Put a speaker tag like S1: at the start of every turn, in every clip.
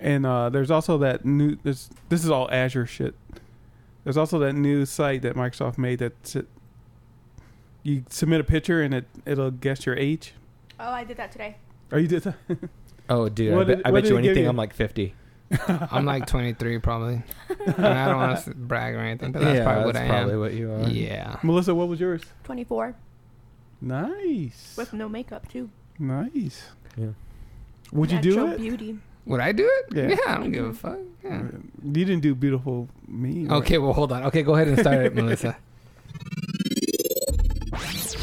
S1: And uh, there's also that new. There's, this is all Azure shit. There's also that new site that Microsoft made that s- you submit a picture and it it'll guess your age.
S2: Oh, I did that today.
S1: Or you did that?
S3: Oh, dude, I,
S1: What
S3: bet-
S1: did-
S3: I
S1: what
S3: bet
S1: did
S3: you
S1: it give
S3: anything.
S1: you?
S3: I'm like 50.
S4: I'm like 23 probably. And I don't want to brag or anything, but that's probably what
S3: that's
S4: I
S3: probably
S4: am.
S3: what you are.
S4: Yeah.
S1: Melissa, what was yours?
S2: 24
S1: Nice,
S2: with no makeup too.
S1: nice.
S3: Yeah.
S1: Would you do
S2: Natural
S1: it?
S2: beauty.
S4: Would I do it?
S1: Yeah.
S4: I don't give a fuck. Yeah.
S1: You didn't do beautiful me. right?
S4: Okay, well, hold on. Okay, go ahead and start it, Melissa.
S5: This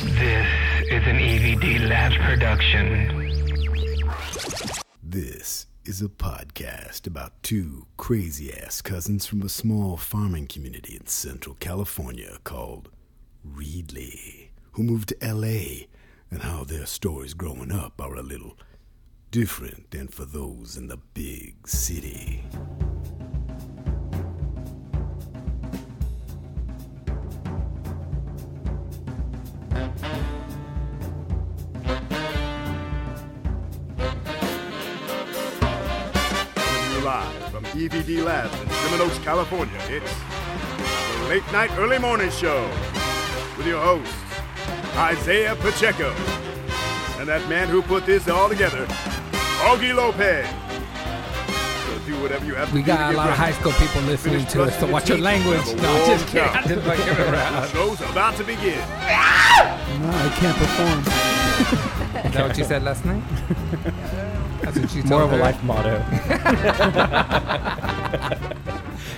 S5: is an EVD Labs production.
S6: This is a podcast about two crazy ass cousins from a small farming community in central California called Reedley, who moved to LA, and how their stories growing up are a little different than for those in the big city.
S7: Live from E EVD Labs in Sherman Oaks, California, it's the Late Night Early Morning Show with your hosts, Isaiah Pacheco, and that man who put this all together, Augie Lopez. So do whatever you have to
S4: We
S7: do to
S4: got a
S7: get
S4: lot of high
S7: ready.
S4: school people listening
S7: Finish
S4: to us, so
S7: brushing
S4: watch
S7: your
S4: your
S7: teeth.
S4: language.
S7: Have a
S4: No, I'm just kidding.
S7: warm
S4: I'm just fucking around.
S7: Show's about to begin.
S1: No, I can't perform.
S4: Is that what you said last night? That's what you told
S3: More of a
S4: her?
S3: life motto.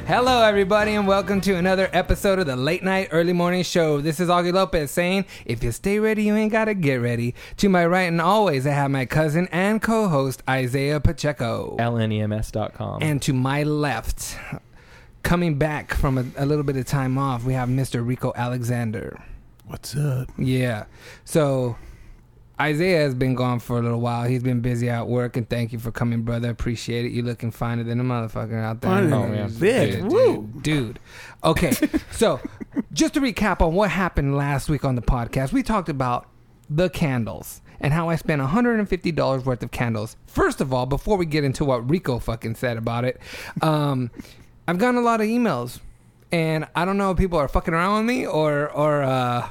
S4: Hello, everybody, and welcome to another episode of the Late Night Early Morning Show. This is Augie Lopez saying, if you stay ready, you ain't gotta get ready. To my right and always, I have my cousin and co-host, Isaiah Pacheco.
S3: E LNEMS.com.
S4: And to my left, coming back from a, a little bit of time off, we have Mr. Rico Alexander.
S1: What's up?
S4: Yeah. So Isaiah has been gone for a little while. He's been busy at work, and thank you for coming, brother. Appreciate it. You looking finer than a motherfucker out there.
S1: Finer
S3: than a
S4: Dude,
S1: bitch.
S4: dude,
S1: Woo.
S4: Dude, Okay. so just to recap on what happened last week on the podcast, we talked about the candles and how I spent $150 worth of candles. First of all, before we get into what Rico fucking said about it, um, I've gotten a lot of emails, and I don't know if people are fucking around with me or or uh,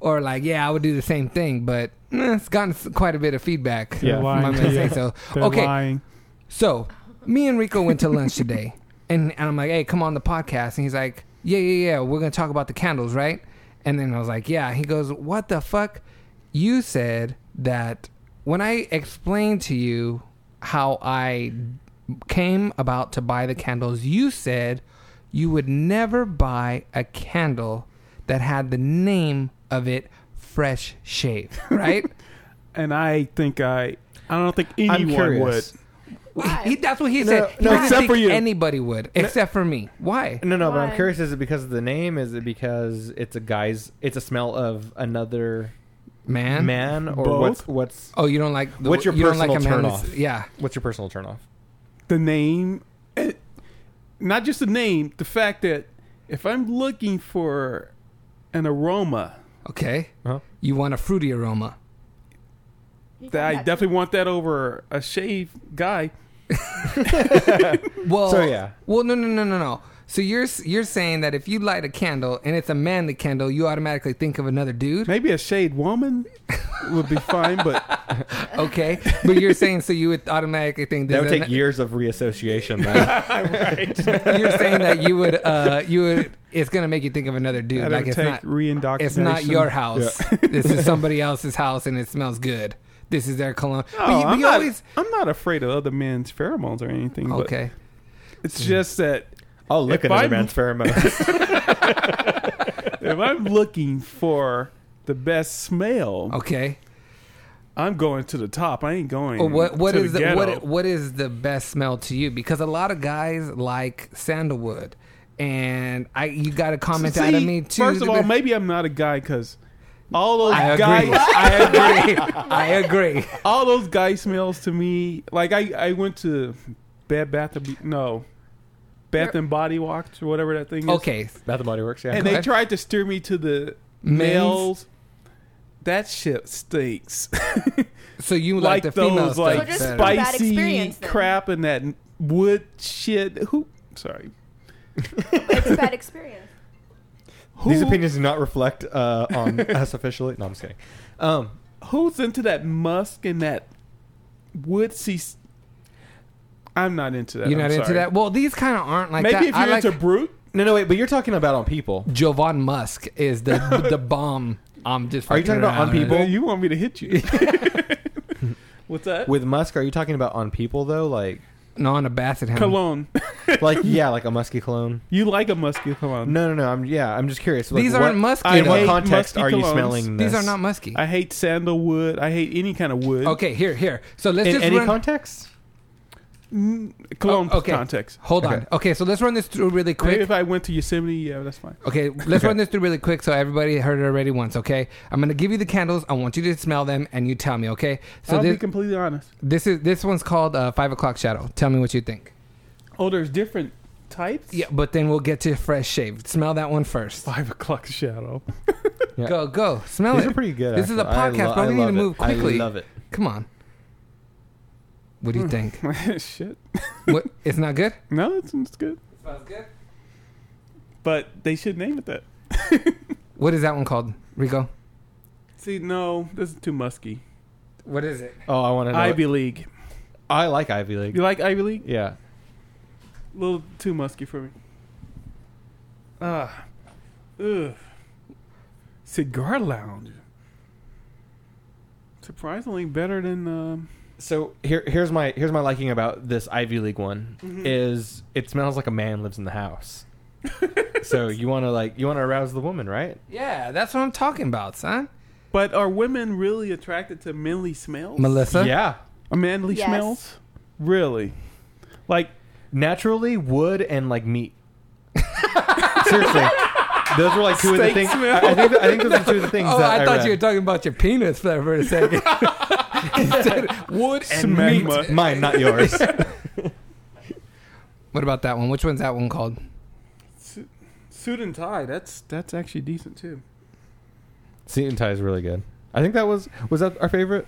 S4: or like, yeah, I would do the same thing, but eh, it's gotten s- quite a bit of feedback.
S1: They're
S4: if
S1: lying
S4: I'm
S1: to
S4: gonna
S1: you.
S4: say so.
S1: They're
S4: okay,
S1: lying.
S4: so me and Rico went to lunch today, and, and I'm like, hey, come on the podcast, and he's like, yeah, yeah, yeah, we're gonna talk about the candles, right? And then I was like, yeah. He goes, what the fuck? You said that when I explained to you how I came about to buy the candles, you said you would never buy a candle that had the name of it fresh shave, right?
S1: And I think I, I don't think anyone would.
S3: curious.
S2: Why?
S4: He, that's what he
S3: No,
S4: said. He
S3: no.
S4: doesn't
S1: Except
S4: think
S1: for you.
S4: Anybody would, except for me. Why?
S3: No, no, but
S2: Why?
S3: I'm curious. Is it because of the name? Is it because it's a guy's? It's a smell of another
S4: Man.
S3: man, or
S1: Both?
S3: what's what's
S4: Oh, you don't like. The,
S3: What's your
S4: you don't like a
S3: personal
S4: man
S3: turn
S4: that's-
S3: off?
S4: Yeah.
S3: what's your personal turnoff?
S1: The name, eh, not just the name, the fact that if I'm looking for an aroma,
S4: Okay.
S3: Huh?
S4: You want a fruity aroma.
S2: You
S1: that I
S2: got
S1: definitely want that over a shaved guy.
S4: Well.
S3: So, yeah.
S4: Well, no, no, no, no, no. So you're s- you're saying that if you light a candle and it's a manly candle, you automatically think of another dude.
S1: Maybe a shaved woman would be fine, but
S4: Okay. but you're saying so you would automatically think
S3: That would
S4: there's
S3: take
S4: an-
S3: years of reassociation. Then.
S4: You're saying that you would uh you would it's gonna make you think of another dude.
S1: that
S4: like
S1: would
S4: it's
S1: take
S4: not
S1: reindoctrination.
S4: it's not your house. this is somebody else's house, and it smells good. This is their cologne.
S1: No,
S4: but you, but
S1: I'm,
S4: you
S1: not,
S4: always
S1: I'm not afraid of other men's pheromones or anything.
S4: okay.
S1: But it's just that
S3: Oh, look
S1: If
S3: at another
S1: I'm-
S3: man's pheromones.
S1: if I'm looking for the best smell,
S4: Okay.
S1: I'm going to the top. I ain't going.
S4: Well, what what
S1: to
S4: is
S1: the,
S4: the,
S1: ghetto.
S4: what what is the best smell to you? Because a lot of guys like sandalwood, and I you got a comment out of
S1: See,
S4: me too.
S1: First of all,
S4: that-
S1: maybe I'm not a guy because all those
S4: I
S1: guy,
S4: agree. I agree. I agree.
S1: all those guy smells to me. Like I, I went to Bed Bath and Be- no, Bath and Body Works or whatever that thing is.
S4: Okay.
S3: Bath and Body Works. Yeah.
S1: and they tried to steer me to the
S4: Men's?
S1: males. That shit stinks.
S4: So you
S1: like
S4: like, the female
S1: those
S4: stuff
S1: like
S2: So just
S4: better.
S2: from bad
S1: spicy
S2: experience then.
S1: crap and that wood shit. Who? Sorry.
S2: It's a bad experience.
S1: Who,
S3: These opinions do not reflect uh, on us officially. No, I'm just kidding. Um,
S1: Who's into that musk and that wood? See, I'm not into that.
S4: You're
S1: I'm
S4: not into
S1: sorry.
S4: that. Well, these kind of aren't like
S1: Maybe
S4: that.
S1: if
S4: I
S1: you're
S4: like
S1: into brute,
S3: no, no, wait. But you're talking about on people.
S4: Jovan Musk is the the bomb. I'm just.
S3: Are you
S4: fucking
S3: talking about
S4: around
S3: on
S4: with.
S3: people?
S1: then you want me to hit you. What's that?
S3: With Musk, are you talking about on people though? Like,
S4: No, on a Bassett hound.
S1: cologne.
S3: like yeah, like a musky cologne.
S1: you like a musky cologne?
S3: No, no, no. I'm yeah. I'm just curious. Like,
S4: These
S3: what-
S4: aren't musky.
S1: I
S3: In what
S1: hate
S4: though.
S3: context
S1: musky
S3: are you
S1: colognes.
S3: smelling? This?
S4: These are not musky.
S1: I hate sandalwood. I hate any kind of wood.
S4: Okay, here, here. So let's
S3: in
S4: just
S3: any
S4: run.
S3: context.
S1: Mm, cologne
S4: Oh, okay.
S1: context.
S4: Hold on.
S3: Okay.
S4: Okay, so let's run this through really quick.
S1: Maybe if I went to Yosemite, yeah, that's fine.
S4: Okay, let's run this through really quick so everybody heard it already once, okay? I'm going to give you the candles. I want you to smell them and you tell me, okay? So
S1: I'll be
S4: this,
S1: completely honest.
S4: this is this one's called uh, Five O'Clock Shadow. Tell me what you think.
S1: Oh, there's different types.
S4: Yeah, but then we'll get to Fresh Shaved. Smell that one first.
S1: Five o'clock shadow.
S3: Yeah.
S4: Go, go. Smell
S3: These
S4: it.
S3: are pretty good.
S4: This is a
S3: actually. I
S4: podcast,
S3: lo-
S4: bro.
S3: I
S4: We need to
S3: love it.
S4: move quickly.
S3: I love it.
S4: Come on. Mm. What do you think?
S1: Shit.
S4: what, it's not good?
S1: No, it's, it's good.
S4: Smells good.
S1: But they should name it that.
S4: What is that one called, Rico?
S1: See, no, this is too musky.
S4: What is it?
S3: Oh, I want to know.
S1: Ivy League.
S3: I like Ivy League.
S1: You like Ivy League?
S3: Yeah.
S1: A little too musky for me. Ah. Ugh. Cigar Lounge. Surprisingly better than. Um,
S3: So here, here's my here's my liking about this Ivy League one
S4: Mm-hmm.
S3: is it smells like a man lives in the house. so you want to like you want to arouse the woman, right?
S4: Yeah, that's what I'm talking about, son.
S1: but are women really attracted to manly smells?
S4: Melissa?
S3: Yeah.
S1: Uh, manly
S2: Yes.
S1: smells? Really? Like,
S3: Naturally, wood and like meat. Seriously, those were like two of the
S1: Steak
S3: things. I,
S1: smell.
S3: I think I think those are two of the things
S4: Oh,
S3: that
S4: I, thought you were
S3: read.
S4: talking about your penis there for a second.
S3: wood and meat.
S1: Smegma.
S3: Mine, not yours.
S4: what about that one? Which one's that one called?
S1: suit and tie. That's that's actually decent too.
S3: Seat and tie is really good. I think that was was that our favorite.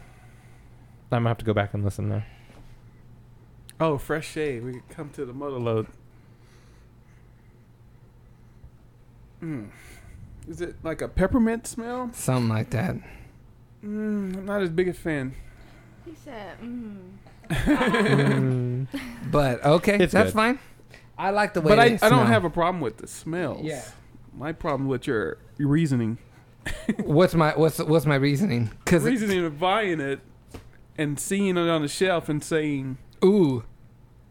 S3: I'm gonna have to go back and listen now.
S1: Oh, fresh shave. We could come to the mother load. Mm. Is it like a peppermint smell?
S4: Something like that.
S1: Mm, I'm not as big a fan.
S2: He said, mm.
S4: Mm. But okay,
S3: It's
S4: that's
S3: good.
S4: fine. I like the way.
S1: but I,
S4: they
S1: I
S4: smell.
S1: don't have a problem with the smells.
S4: Yeah.
S1: My problem with your, your reasoning.
S4: What's my what's what's my reasoning? Because
S1: Reasoning of buying it and seeing it on the shelf and saying,
S4: ooh,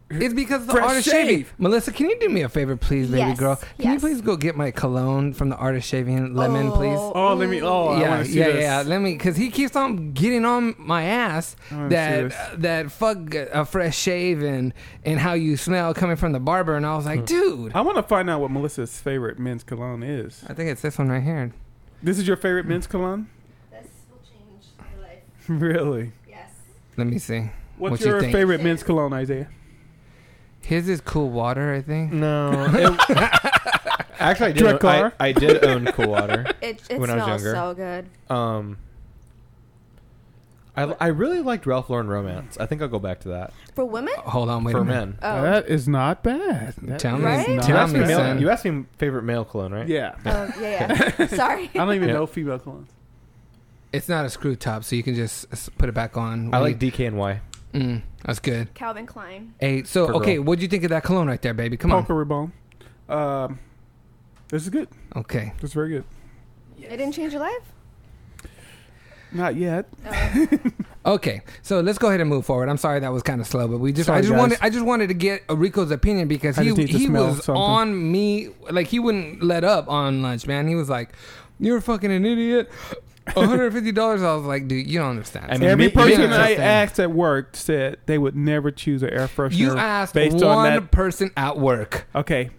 S4: it's because the
S1: Fresh
S4: art of shaving.
S1: shave.
S4: Melissa, can you do me a favor, please, baby
S2: Yes,
S4: girl? Can you
S2: yes.
S4: please go get my cologne from the art of shaving lemon, please?
S1: oh, let me, oh, I
S4: yeah,
S1: want to see
S4: yeah,
S1: this.
S4: yeah. Let me, because he keeps on getting on my ass
S1: wanna see
S4: that
S1: this.
S4: uh, that fuck a fresh shave and and how you smell coming from the barber, and I was like, dude,
S1: I want to find out what Melissa's favorite men's cologne is.
S4: I think it's this one right here.
S1: This is your favorite men's cologne?
S2: This will change your life.
S1: really?
S2: Yes.
S4: Let me see.
S1: What's
S4: What you
S1: your
S4: think?
S1: favorite men's cologne, Isaiah?
S4: His is cool water, I think.
S3: No. it- actually, I did. Own, I,
S1: Drakkar?
S3: I did own Cool Water.
S2: It, it
S3: When I was
S2: smells
S3: younger.
S2: so good.
S3: Um, I, I really liked Ralph Lauren Romance. I think I'll go back to that
S2: For women?
S4: Hold on, wait
S3: for
S4: a
S3: men.
S4: minute.
S2: Oh.
S1: is not bad.
S4: Tell me,
S2: Right?
S3: You
S4: tell
S3: asked, me
S4: me,
S1: That's
S3: male-
S1: not-
S4: son.
S3: you asked me favorite male cologne, right?
S1: Yeah.
S2: Oh, yeah, yeah. Sorry.
S1: I don't even
S3: Yeah.
S1: know female colognes.
S4: It's not a screw top, so you can just s- put it back on.
S3: I like DK and Y.
S4: Mm, that's good.
S2: Calvin Klein.
S4: Hey, so
S3: For
S4: okay,
S3: girl.
S4: what'd you think of that cologne right there, baby? Come
S1: Polka ribbon. Um, this is good.
S4: on. Okay.
S1: This is very good.
S2: It didn't change your life? Oh,
S1: Not yet.
S4: Okay. So let's go ahead and move forward. I'm sorry that was kind of slow, but we just I
S1: Sorry,
S4: just
S1: guys.
S4: wanted I just wanted to get Rico's opinion because
S1: I
S4: he
S1: just need to
S4: he
S1: smell
S4: was
S1: something.
S4: on me like he wouldn't let up on lunch, man. He was like, "You're fucking an idiot." $150. I was like, "Dude, you don't understand."
S3: I mean,
S1: Every
S3: me-
S1: person I
S4: me- Interesting.
S1: asked at work said they would never choose an air freshener
S4: you asked
S1: based
S4: one
S1: on that.
S4: person at work.
S1: Okay,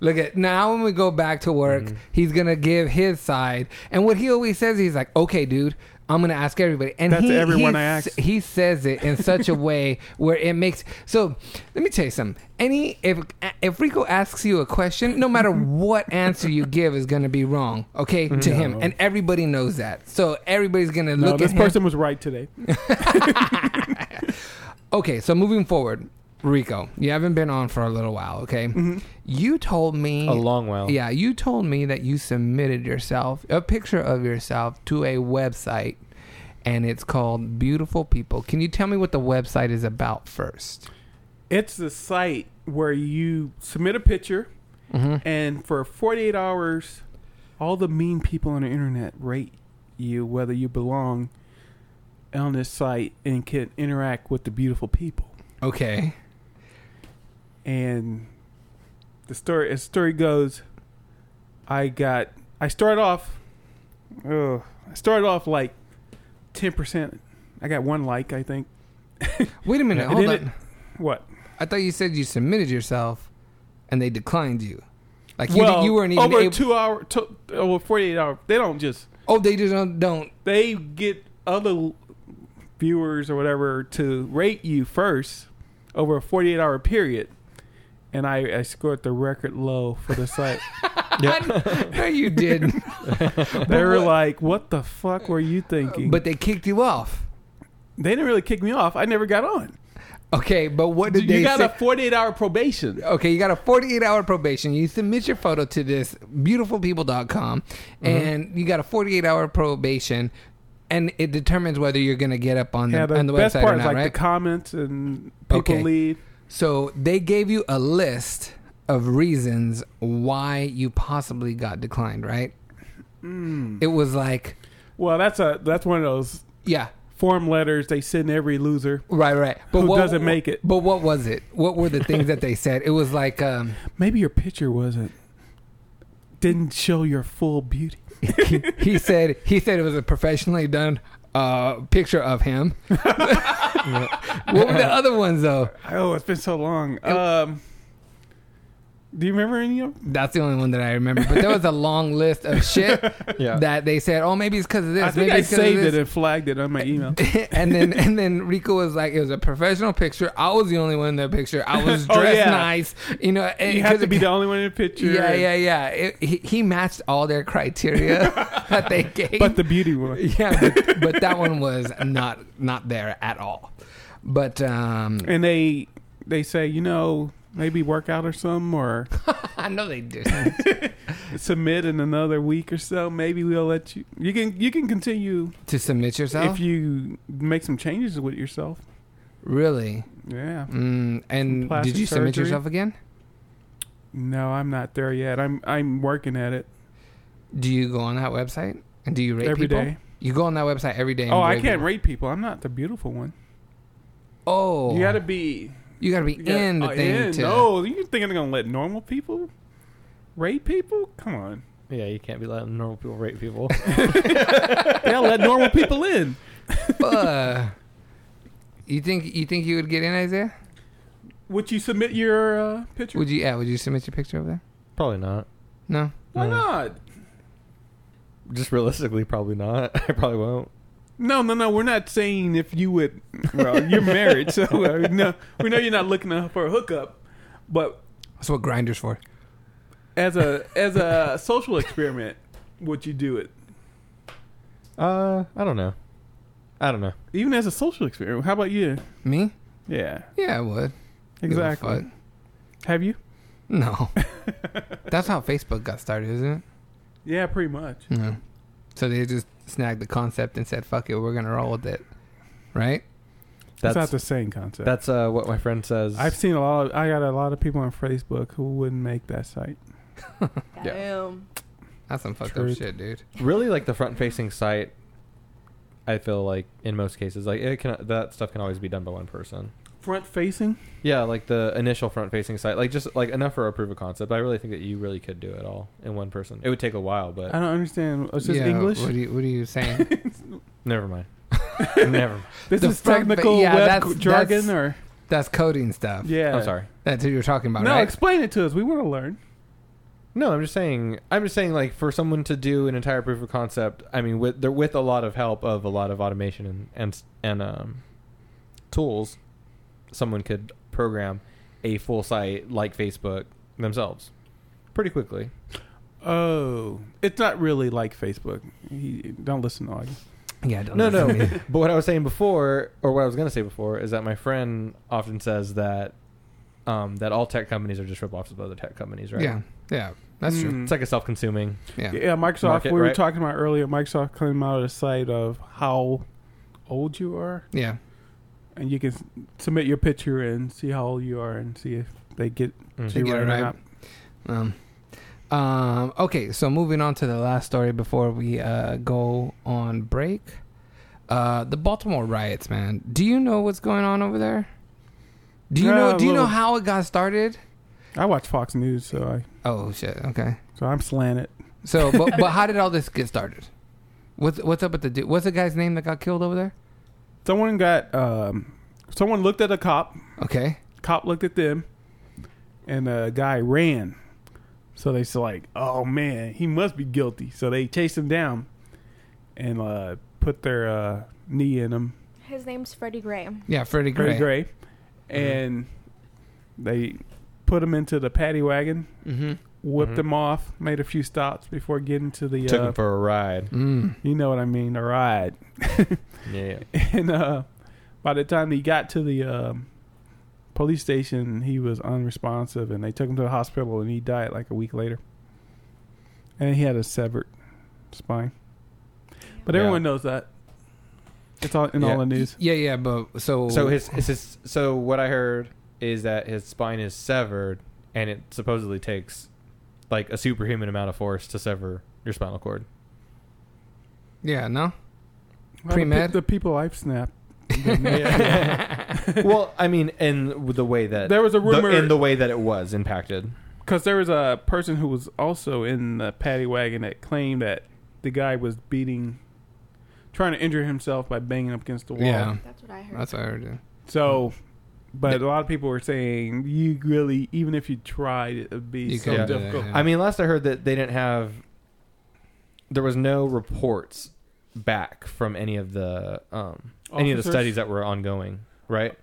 S4: Look at now when we go back to work,
S1: Mm-hmm.
S4: he's gonna give his side, and what he always says, he's like, "Okay, dude, I'm gonna ask everybody." And
S1: That's
S4: he,
S1: everyone
S4: he,
S1: I
S4: s-
S1: asked.
S4: He says it in such a way where it makes. So let me tell you something. Any if if Rico asks you a question, no matter what answer you give is gonna be wrong, okay, to him, and everybody knows that. So everybody's gonna
S1: Mm-hmm. no,
S4: look
S1: this
S4: at him.
S1: person was right today.
S4: Okay, so moving forward, Rico, you haven't been on for a little while, okay?
S1: Mm-hmm.
S4: You told me
S3: A long
S1: Oh.
S3: while.
S4: Yeah, you told me that you submitted yourself a picture of yourself to a website, and it's called Beautiful People. Can you tell me what the website is about first?
S1: It's the site where you submit a picture,
S3: Mm-hmm.
S1: and for 48 hours, all the mean people on the internet rate you whether you belong on this site and can interact with the beautiful people.
S4: Okay.
S1: And the story, as the story goes, I got I started off, oh, I started off like 10 percent. I got one like, I think.
S4: Wait a minute.
S1: And
S4: Hold
S1: then
S4: on.
S1: it- what?
S4: I thought you said you submitted yourself, and they declined you. Like you,
S1: well,
S4: you weren't even
S1: over
S4: able.
S1: two hour, to, over 48 hour. They don't just
S4: oh, they just don't, don't.
S1: they get other viewers or whatever to rate you first over a 48 hour period. And I, I scored the record low for the site.
S4: No, you did.
S1: they were like, "What the fuck were you thinking?"
S4: but they kicked you off.
S1: they didn't really kick me off. I never got on.
S4: Okay, but what did they
S1: You got
S4: say?
S1: a 48 hour probation.
S4: okay, you got a 48 hour probation. You submit your photo to this beautifulpeople.com
S1: Mm-hmm.
S4: and you got a 48 hour probation and it determines whether you're going to get up on the,
S1: Yeah, the,
S4: on the
S1: best
S4: website
S1: part
S4: or
S1: is
S4: not,
S1: like
S4: right?
S1: the comments and people
S4: Okay.
S1: leave.
S4: so they gave you a list of reasons why you possibly got declined, right? It was like,
S1: Well, that's a that's one of those
S4: yeah,
S1: form letters they send every loser.
S4: right, right. But
S1: Who
S4: what,
S1: doesn't make it?
S4: But what was it? What were the things that they said? It was like, um,
S1: Maybe your picture wasn't didn't show your full beauty.
S4: he, he said he said it was a professionally done uh, picture of him. what were the other ones though?
S1: Oh, it's been so long. Um, do you remember any of them?
S4: That's the only one that I remember. But there was a long list of shit
S3: Yeah.
S4: that they said. Oh, maybe it's because of this.
S1: I think
S4: maybe
S1: I
S4: it's 'cause of
S1: saved
S4: this."
S1: it and flagged it on my email.
S4: and then and then Rico was like, it was a professional picture. I was the only one in the picture. I was
S1: Oh,
S4: dressed
S1: yeah.
S4: nice, you know. And
S1: You have
S4: 'cause
S1: to be
S4: it-
S1: the only one in the picture.
S4: Yeah, yeah, yeah. It, he, he matched all their criteria that they gave.
S1: But the beauty one.
S4: yeah, but, but that one was not not there at all. But um,
S1: And they they say, you know, maybe work out or something or
S4: I know they do.
S1: submit in another week or so. Maybe we'll let you you can you can continue
S4: to submit yourself,
S1: if you make some changes with yourself.
S4: really?
S1: Yeah.
S4: Mm, and
S1: Plastic
S4: did you submit
S1: surgery?
S4: yourself again?
S1: No, I'm not there yet. I'm I'm working at it
S4: Do you go on that website and do you rate
S1: every day.
S4: people? You go on that website every day. And
S1: Oh, I
S4: rate
S1: can't
S4: people.
S1: rate people. I'm not the beautiful one.
S4: Oh,
S1: You got to be
S4: you gotta be
S1: You gotta-
S4: in the
S1: oh,
S4: thing
S1: in.
S4: to.
S1: No, you think they're gonna let normal people rape people? Come on,
S3: Yeah, you can't be letting normal people rape people.
S1: they'll let normal people in.
S4: Fuh. you think you think you would get in, Isaiah?
S1: Would you submit your uh, picture?
S4: Would you? Yeah. Would you submit your picture over there?
S3: probably not.
S4: No.
S1: Why not?
S3: Just realistically, probably not. I probably won't.
S1: No, no, no. We're not saying if you would. Well, you're married, so uh, no. We know you're not looking up for a hookup, but
S4: That's what grinders for.
S1: as a as a social experiment, would you do it?
S3: Uh, I don't know. I don't know.
S1: Even as a social experiment, how about you?
S4: Me?
S1: Yeah,
S4: Yeah, I would. Give a
S1: exactly.
S4: fuck.
S1: Have you?
S4: No. That's how Facebook got started, isn't it?
S1: Yeah, pretty much.
S4: No. So they just snagged the concept and said, "Fuck it, we're gonna roll with it," right?
S1: That's,
S3: That's
S1: not
S3: that's,
S1: the same concept.
S3: uh, what my friend says.
S1: I've seen a lot. Of, I got a lot of people on Facebook who wouldn't make that site.
S3: Yeah.
S2: Damn.
S4: That's some fucked
S1: Truth.
S4: up shit, dude.
S3: really like the front-facing site. I feel like in most cases, like it can that stuff can always be done by one person.
S1: Front facing.
S3: Yeah, like the initial front-facing site, like just like enough for a proof of concept. I really think that you really could do it all in one person. It would take a while,
S1: I
S3: but
S1: don't understand. It's just Oh, English.
S4: Uh, What are you What are you saying?
S3: never mind. never. Mind.
S1: This
S4: The
S1: is
S4: front fa-
S1: technical
S4: yeah,
S1: web
S4: that's-
S1: jargon,
S4: that's-
S1: or
S4: That's coding stuff.
S1: yeah.
S3: I'm sorry.
S4: That's who you're talking about,
S1: No,
S4: right?
S1: explain it to us. We want to learn.
S3: No, I'm just saying. I'm just saying, like for someone to do an entire proof of concept, I mean, with they're with a lot of help of a lot of automation and and and um, tools, someone could program a full site like Facebook themselves pretty quickly.
S1: Oh, it's not really like Facebook. He, don't listen to Augie.
S4: yeah, don't
S3: No, no.
S4: listen to me.
S3: but what I was saying before, or what I was going to say before, is that my friend often says that um, that all tech companies are just ripoffs of other tech companies, right? Mm.
S4: Yeah, yeah, that's true.
S3: It's like a self-consuming.
S4: Yeah,
S1: Yeah, Microsoft.
S3: Market,
S1: we were
S3: right?
S1: talking about earlier. Microsoft came out of the site of how old you are,
S4: yeah,
S1: and you can s- submit your picture and see how old you are and see if they get
S3: Mm.
S1: to
S4: They
S1: you
S4: get it
S1: right or
S4: right.
S1: not.
S4: Um, um, okay, so moving on to the last story before we uh, go on break. Uh, the Baltimore riots, man. Do you know what's going on over there? Do you
S1: Yeah,
S4: know? Do you know
S1: well-
S4: how it got started?
S1: I watch Fox News, so I
S4: Oh shit. Okay.
S1: so I'm slanted.
S4: So, but, but how did all this get started? What's what's up with the dude? What's the guy's name that got killed over there?
S1: Someone got um, someone looked at a cop.
S4: Okay.
S1: Cop looked at them, and the guy ran. So they said like, "Oh man, he must be guilty." So they chased him down, and uh, put their uh, knee in him.
S2: His name's Freddie Gray.
S4: Yeah, Freddie
S1: Gray,
S4: Gray.
S1: Gray, and they put him into the paddy wagon,
S4: Mm-hmm.
S1: whipped
S3: Mhm.
S1: him off, made a few stops before getting to the.
S3: Took
S1: Uh,
S3: him for a ride.
S4: Mm.
S1: you know what I mean, the ride.
S3: Yeah.
S1: and uh, by the time he got to the um, police station, he was unresponsive, and they took him to the hospital, and he died like a week later. And he had a severed spine, but
S3: Yeah.
S1: everyone knows that. It's all in
S3: Yeah.
S1: all the news.
S4: Yeah, yeah, but so
S3: So his, it's his so what I heard is that his spine is severed, and it supposedly takes like a superhuman amount of force to sever your spinal cord.
S4: yeah no
S1: Well, the
S4: Pre-med?
S1: pe- the people I've snapped.
S3: well, I mean, in the way that
S1: There was a
S3: the-
S1: rumor-
S3: in the way that it was impacted.
S1: Because there was a person who was also in the paddy wagon that claimed that the guy was beating, trying to injure himself by banging up against the wall.
S4: yeah
S3: um,
S2: That's what I heard.
S4: that's what I heard.
S1: So, but a lot of people were saying you really, even if you tried, it would be
S4: You
S1: so
S3: couldn't
S4: do that,
S1: difficult.
S4: yeah.
S3: I mean, last I heard that they didn't have. There was no reports back from any of the um, any of the
S1: Officers?
S3: studies that were ongoing, right?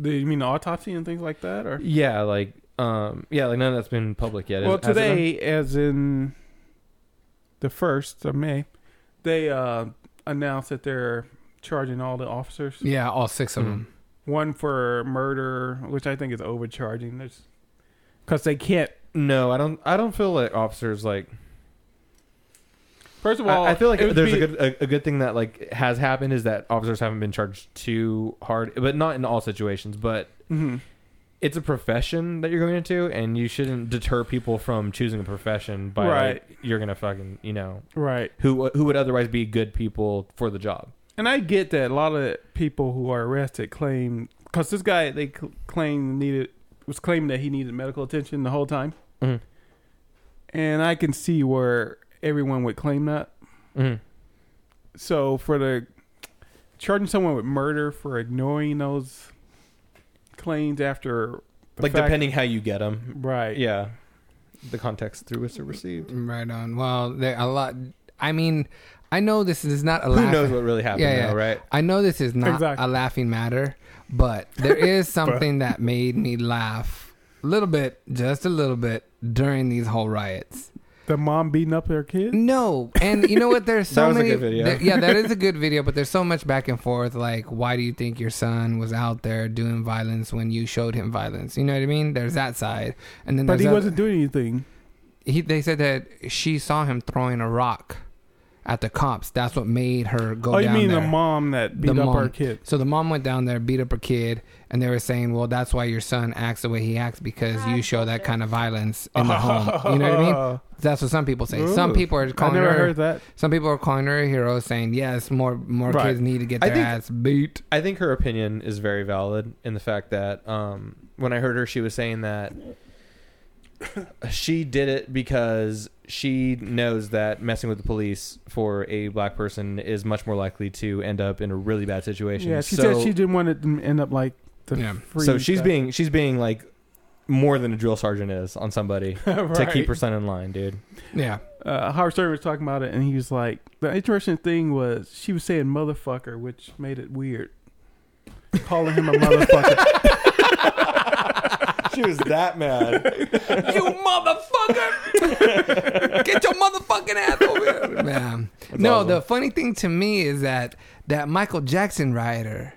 S1: Do you mean autopsy and things like that? Or
S3: Yeah, like um, yeah, like none of that's been public yet.
S1: well,
S3: Has- has it been?
S1: today, as in the first of May, they uh, announced that they're charging all the officers.
S4: yeah all six of
S3: Hmm.
S4: them
S1: One for murder, which I think is overcharging. There's because they can't.
S3: no, I don't. I don't feel like officers like.
S1: First of all,
S3: I, I feel like
S1: it would
S3: there's
S1: be-
S3: a good a, a good thing that like has happened is that officers haven't been charged too hard, but not in all situations. But
S1: Mhm.
S3: it's a profession that you're going into, and you shouldn't deter people from choosing a profession by
S1: Right.
S3: like, you're gonna fucking you know
S1: right.
S3: who who would otherwise be good people for the job.
S1: And I get that a lot of people who are arrested claim because this guy they cl- claim needed was claiming that he needed medical attention the whole time,
S4: Mm-hmm.
S3: Mhm.
S1: and I can see where everyone would claim that.
S3: Mm-hmm.
S1: So for the charging someone with murder for ignoring those claims after the
S3: Like
S1: fact-
S3: depending how you get them,
S1: right?
S3: yeah, the context through which they're received.
S4: right on well there a lot I mean I know this is not a
S3: Who
S4: laugh-
S3: knows what really happened,
S4: Yeah, yeah.
S3: though, right?
S4: I know this is not
S1: Exactly.
S4: a laughing matter, but there is something that made me laugh a little bit, just a little bit, during these whole riots.
S1: The mom beating up their
S4: Mm,
S1: kid.
S4: No, and you know what? There's so
S3: That was a
S4: many.
S3: good video.
S4: there- yeah, that is a good video, but there's so much back and forth. Like, why do you think your son was out there doing violence when you showed him violence? You know what I mean? There's that side, and then
S1: But
S4: there's
S1: he
S4: other-
S1: wasn't doing anything.
S4: He, they said that she saw him throwing a rock at the cops. That's what made her go.
S1: oh, you
S4: down
S1: mean
S4: there.
S1: the mom that beat
S4: The
S1: up
S4: mom.
S1: our kid?
S4: So the mom went down there, beat up her kid, and they were saying, "Well, that's why your son acts the way he acts because you show that kind of violence in the home." You know what I mean? That's what some people say. Some
S1: Ooh.
S4: people are
S1: Uh-uh. I
S4: calling
S1: never
S4: her.
S1: heard that.
S4: Some people are calling her a hero, saying, "Yes, more more
S1: Right.
S4: kids need to get
S3: I
S4: their
S3: think-
S4: ass beat."
S3: I think her opinion is very valid in the fact that um, when I heard her, she was saying that she did it because she knows that messing with the police for a black person is much more likely to end up in a really bad situation.
S1: Yeah, she
S3: so,
S1: said she didn't want it to end up like the
S4: Yeah.
S1: free.
S3: so she's
S1: guy.
S3: being she's being like more than a drill sergeant is on somebody to keep her son in line, dude.
S4: Yeah,
S1: Uh, Howard Stern was talking about it, and he was like, the interesting thing was she was saying motherfucker, which made it weird. Calling him a motherfucker.
S3: She was that mad.
S4: you motherfucker! get your motherfucking ass over here, man. no,
S3: awesome.
S4: the funny thing to me is that that Michael Jackson rioter.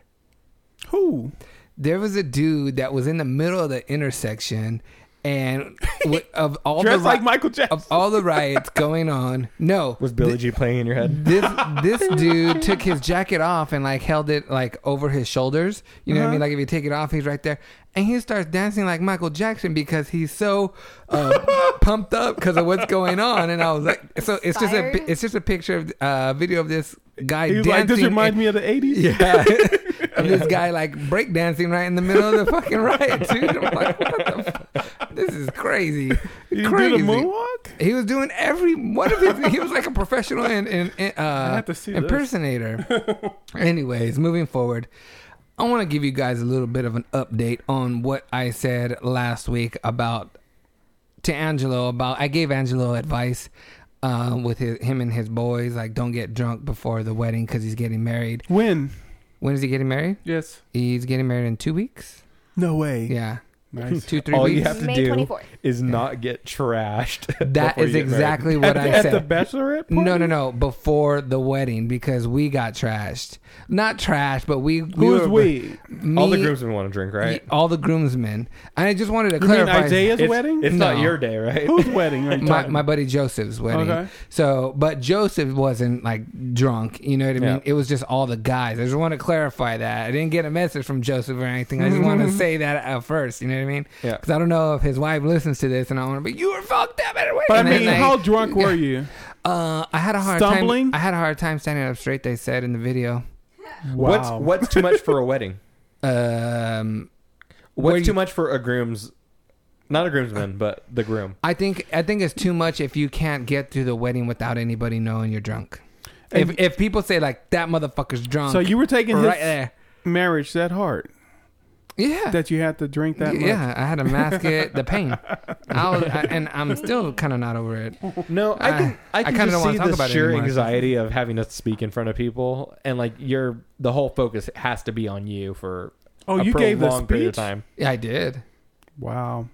S1: Who?
S4: there was a dude that was in the middle of the intersection, and w- of all
S1: Dressed
S4: the
S1: like
S4: ri-
S1: Michael Jackson.
S4: of all the riots going on, no,
S3: Was Billy G playing in your head?
S4: this this dude took his jacket off and like held it like over his shoulders. You know what I
S1: Uh-huh.
S4: mean? Like if you take it off, he's right there, and he starts dancing like Michael Jackson because he's so uh, pumped up because of what's going on. And I was like, so it's just a
S2: Inspired?
S4: pi- it's just a picture of uh, video of this guy
S1: He was
S4: dancing.
S1: like, this reminds me of the 80s.
S4: yeah. of this guy like breakdancing right in the middle of the fucking riot, dude. I'm like, what the fuck? This is crazy.
S1: You
S4: crazy.
S1: did a moonwalk?
S4: He was doing every one of his. he was like a professional in, in, in, uh,
S1: have to see this.
S4: impersonator. Anyways, moving forward, I want to give you guys a little bit of an update on what I said last week about to Angelo about. I gave Angelo advice uh, with his, him and his boys, like don't get drunk before the wedding because he's getting married.
S1: When?
S4: When is he getting married?
S1: Yes.
S4: He's getting married in two weeks.
S1: No way.
S4: Yeah,
S1: Nice.
S4: two three
S3: All
S4: weeks.
S3: you have to
S2: May
S3: do
S2: 24th.
S3: is not get trashed.
S4: that
S3: before
S4: is
S3: you get married.
S4: exactly what
S1: at,
S4: I
S1: at
S4: said.
S1: the bachelorette party?
S4: No, no, no. Before the wedding, because we got trashed. Not trashed, but we. we
S1: Who's
S4: were-
S1: we?
S4: Me,
S3: All the groomsmen want to drink, right?
S4: all the groomsmen. And I just wanted to
S1: You mean
S4: clarify.
S1: Isaiah's
S3: It's,
S1: wedding?
S3: it's not
S4: No.
S3: your day, right?
S1: Whose wedding? Are you
S4: my,
S1: talking
S4: my
S1: about?
S4: buddy Joseph's wedding.
S1: Okay.
S4: So, but Joseph wasn't like drunk. You know what I mean?
S3: Yeah.
S4: It was just all the guys. I just want to clarify that. I didn't get a message from Joseph or anything. I just want to say that at first. You know what I mean?
S3: Yeah.
S4: Because I don't know if his wife listens to this, and I want to be. You were fucked up at a wedding.
S1: But I
S4: And
S1: mean,
S4: then,
S1: how
S4: like,
S1: drunk were you?
S4: Uh, I had a hard
S1: Stumbling?
S4: time. I had a hard time standing up straight. They said in the video.
S3: What's what's too much for a wedding?
S4: Um, Where
S3: What's
S4: you-
S3: too much for a groom's? Not a groomsman, but the groom.
S4: I think I think it's too much if you can't get through the wedding without anybody knowing you're drunk. If if people say like that motherfucker's drunk,
S1: So you were taking his
S4: right there.
S1: marriage that hard
S4: Yeah,
S1: that you had to drink that much?
S4: yeah. I had to mask it, the pain. I was, I, and I'm still kind of not over it.
S3: No, I
S4: Uh,
S3: can I
S4: I
S3: can
S4: kinda
S3: just
S4: don't wanna
S3: see
S4: talk
S3: the
S4: about it
S3: sheer
S4: anymore.
S3: anxiety of having to speak in front of people, and like your the whole focus has to be on you for
S1: Oh,
S3: a
S1: you gave the
S3: prolonged period of
S1: speech?
S3: time.
S4: Yeah, I did.
S1: Wow.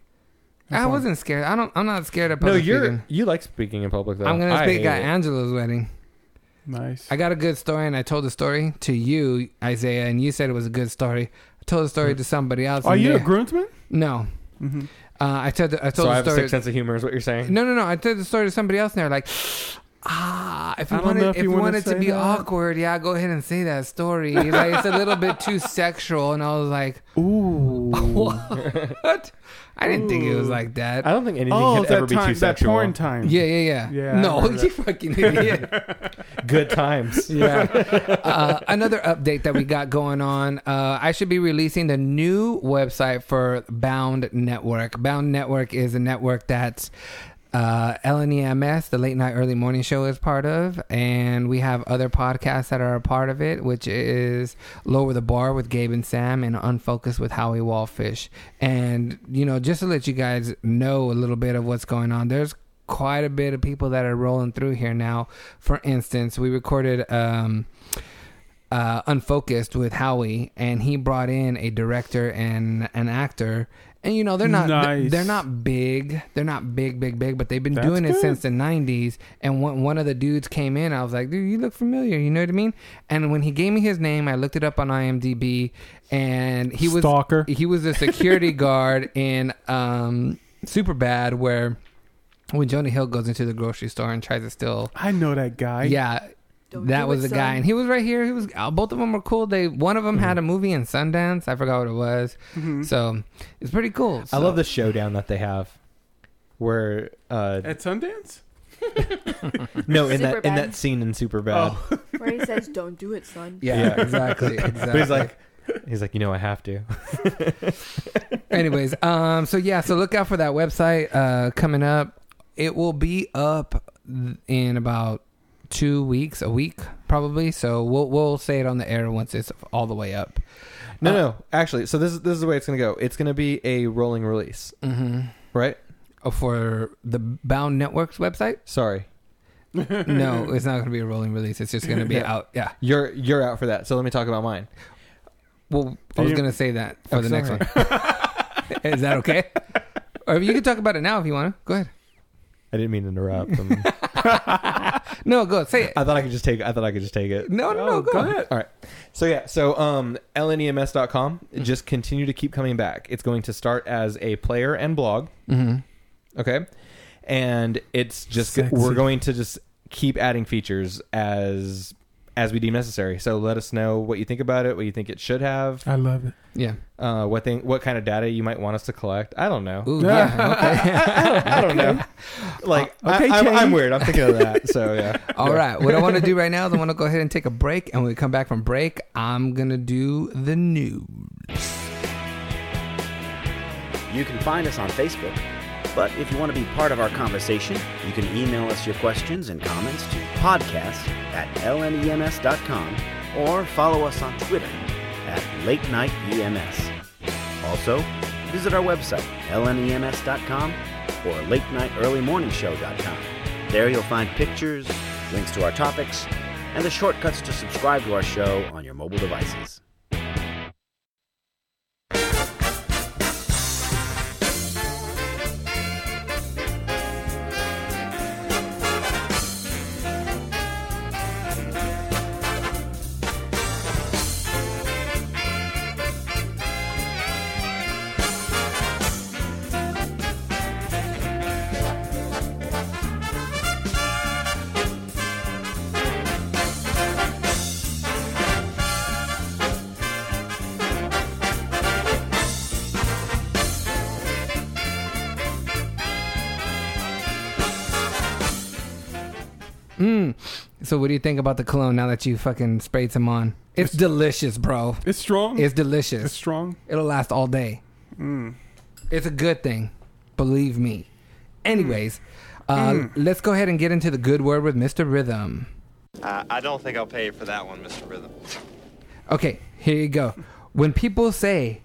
S4: I wasn't scared. I don't. I'm not scared of
S3: No,
S4: public
S3: you're
S4: speaking.
S3: you like speaking in public though.
S4: I'm gonna
S3: I
S4: speak
S3: hate
S4: at
S3: it.
S4: Angelo's wedding.
S1: Nice.
S4: I got a good story, and I told the story to you, Isaiah, and you said it was a good story. I told the story to somebody else.
S1: Hmm. Are
S4: and
S1: you a
S4: they-
S1: groomsman?
S4: No.
S1: Mm-hmm.
S4: Uh, I told. The, I told
S3: So
S4: the
S3: I have a
S4: story.
S3: sick sense of humor, is what you're saying?
S4: No, no, no. I told the story to somebody else, and they're like, "Ah, if you
S1: I don't know
S4: wanted,
S1: if you
S4: if you
S1: wanna
S4: wanted to
S1: say
S4: be
S1: that."
S4: awkward, yeah, go ahead and say that story. Like it's a little bit too sexual." And I was like,
S1: Ooh.
S4: "What? I didn't think it was like that."
S3: I don't think anything
S1: Oh,
S3: could ever
S1: that
S3: be too
S1: time, that
S3: sexual.
S1: porn time.
S4: yeah, yeah, yeah.
S1: Yeah, I
S4: no,
S1: remember
S4: you fucking idiot.
S3: Good times.
S4: yeah. Uh, another update that we got going on. Uh, I should be releasing the new website for Bound Network. Bound Network is a network that's uh, LNEMS, the late night, early morning show, is part of. And we have other podcasts that are a part of it, which is Lower the Bar with Gabe and Sam and Unfocused with Howie Wallfish. And, you know, just to let you guys know a little bit of what's going on, there's quite a bit of people that are rolling through here now. For instance, we recorded um, uh, Unfocused with Howie, and he brought in a director and an actor. And you know they're not
S1: Nice.
S4: they're not big they're not big big big but they've been
S1: That's
S4: doing it
S1: good.
S4: since the 90s and when one of the dudes came in I was like dude you look familiar you know what I mean and when he gave me his name I looked it up on IMDb and he was
S1: Stalker.
S4: he was a security guard in um super bad where when Jonah Hill goes into the grocery store and tries to steal
S1: I know that guy.
S4: yeah
S2: Don't
S4: that
S2: do
S4: was
S2: it,
S4: the guy
S2: son.
S4: and he was right here he was uh, both of them were cool they one of them had a
S3: Mm-hmm.
S4: movie in Sundance I forgot what it was
S2: Mm-hmm.
S4: so it's pretty cool
S3: I love the showdown that they have. Where uh
S1: At Sundance?
S3: no in that in
S2: Superbad.
S3: that scene in Super Bad.
S2: Where he says, "Don't do it, son."
S4: yeah,
S3: Yeah.
S4: exactly exactly
S3: But he's like he's like, you know I have to.
S4: Anyways, um, so yeah, so look out for that website uh, coming up. It will be up th- in about two weeks, a week probably. So we'll we'll say it on the air once it's all the way up.
S3: No,
S4: Uh,
S3: no. Actually, so this is this is the way it's gonna go. It's gonna be a rolling release,
S4: Mm-hmm.
S3: right?
S4: Oh, for the Bound Networks website?
S3: Sorry,
S4: No, it's not going to be a rolling release. It's just going to be out. Yeah.
S3: you're you're out for that. So let me talk about mine.
S4: Well, I was
S1: You-
S4: going to say that for
S3: Oh,
S4: the
S3: sorry.
S4: next one. Is that okay? Or you can talk about it now if you want to. Go ahead.
S3: I didn't mean to interrupt. Um,
S4: No, go say it.
S3: I thought I could just take. I thought I could just take it.
S4: No, no, no,
S3: Oh,
S4: go ahead.
S3: All right. So yeah, so um, lnems.com just continue to keep coming back. It's going to start as a player and blog. Mm-hmm. Okay, and it's just
S1: Sexy.
S3: we're going to just keep adding features as as we deem necessary. So let us know what you think about it, what you think it should have,
S1: I love it.
S4: Yeah.
S3: uh, what thing, what kind of data you might want us to collect. I don't know.
S4: Ooh, yeah. Okay.
S3: I don't know. Like
S1: Okay,
S3: I, I'm, I'm
S1: Jane.
S3: weird. I'm thinking of that. So yeah.
S4: Uh, All right. What I want to do right now is I want to go ahead and take a break. And when we come back from break, I'm going to do the news.
S8: You can find us on Facebook, but if you want to be part of our conversation, you can email us your questions and comments to podcast at E lnems.com or follow us on Twitter at Late Night EMS. Also, visit our website, E lnems.com or latenightearlymorningshow.com. There you'll find pictures, links to our topics, and the shortcuts to subscribe to our show on your mobile devices.
S4: So, what do you think about the cologne now that you fucking sprayed some on? It's delicious, bro.
S1: It's strong.
S4: It's
S1: It's
S4: delicious.
S1: strong.
S4: It'll last all day. It's a good thing. Believe me. Anyways, uh, let's go ahead and get into the good word with Mr. Rhythm.
S9: Uh, I don't think I'll pay you for that one, Mr. Rhythm.
S4: Okay, here you go. When people say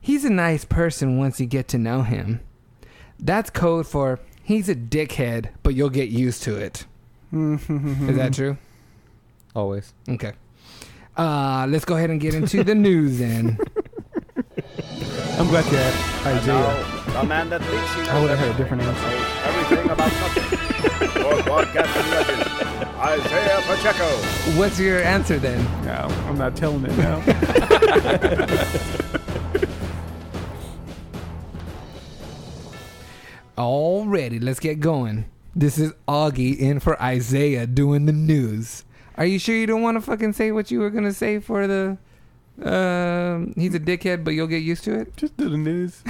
S4: he's a nice person once you get to know him, that's code for he's a dickhead, but you'll get used to it. Is that true?
S3: Always.
S4: Okay. Uh, let's go ahead and get into the news then.
S1: I'm glad you asked.
S8: And now, the man that thinks he
S1: I
S8: knows
S1: would have had a different answer.
S8: knows everything about nothing.
S7: Your podcast legend, Isaiah Pacheco.
S4: What's your answer then?
S1: No, I'm not telling it now.
S4: Alrighty, let's get going. This is Augie in for Isaiah doing the news. Are you sure you don't want to fucking say what you were gonna say for the? Um, he's a dickhead, but you'll get used to it.
S1: Just do the news.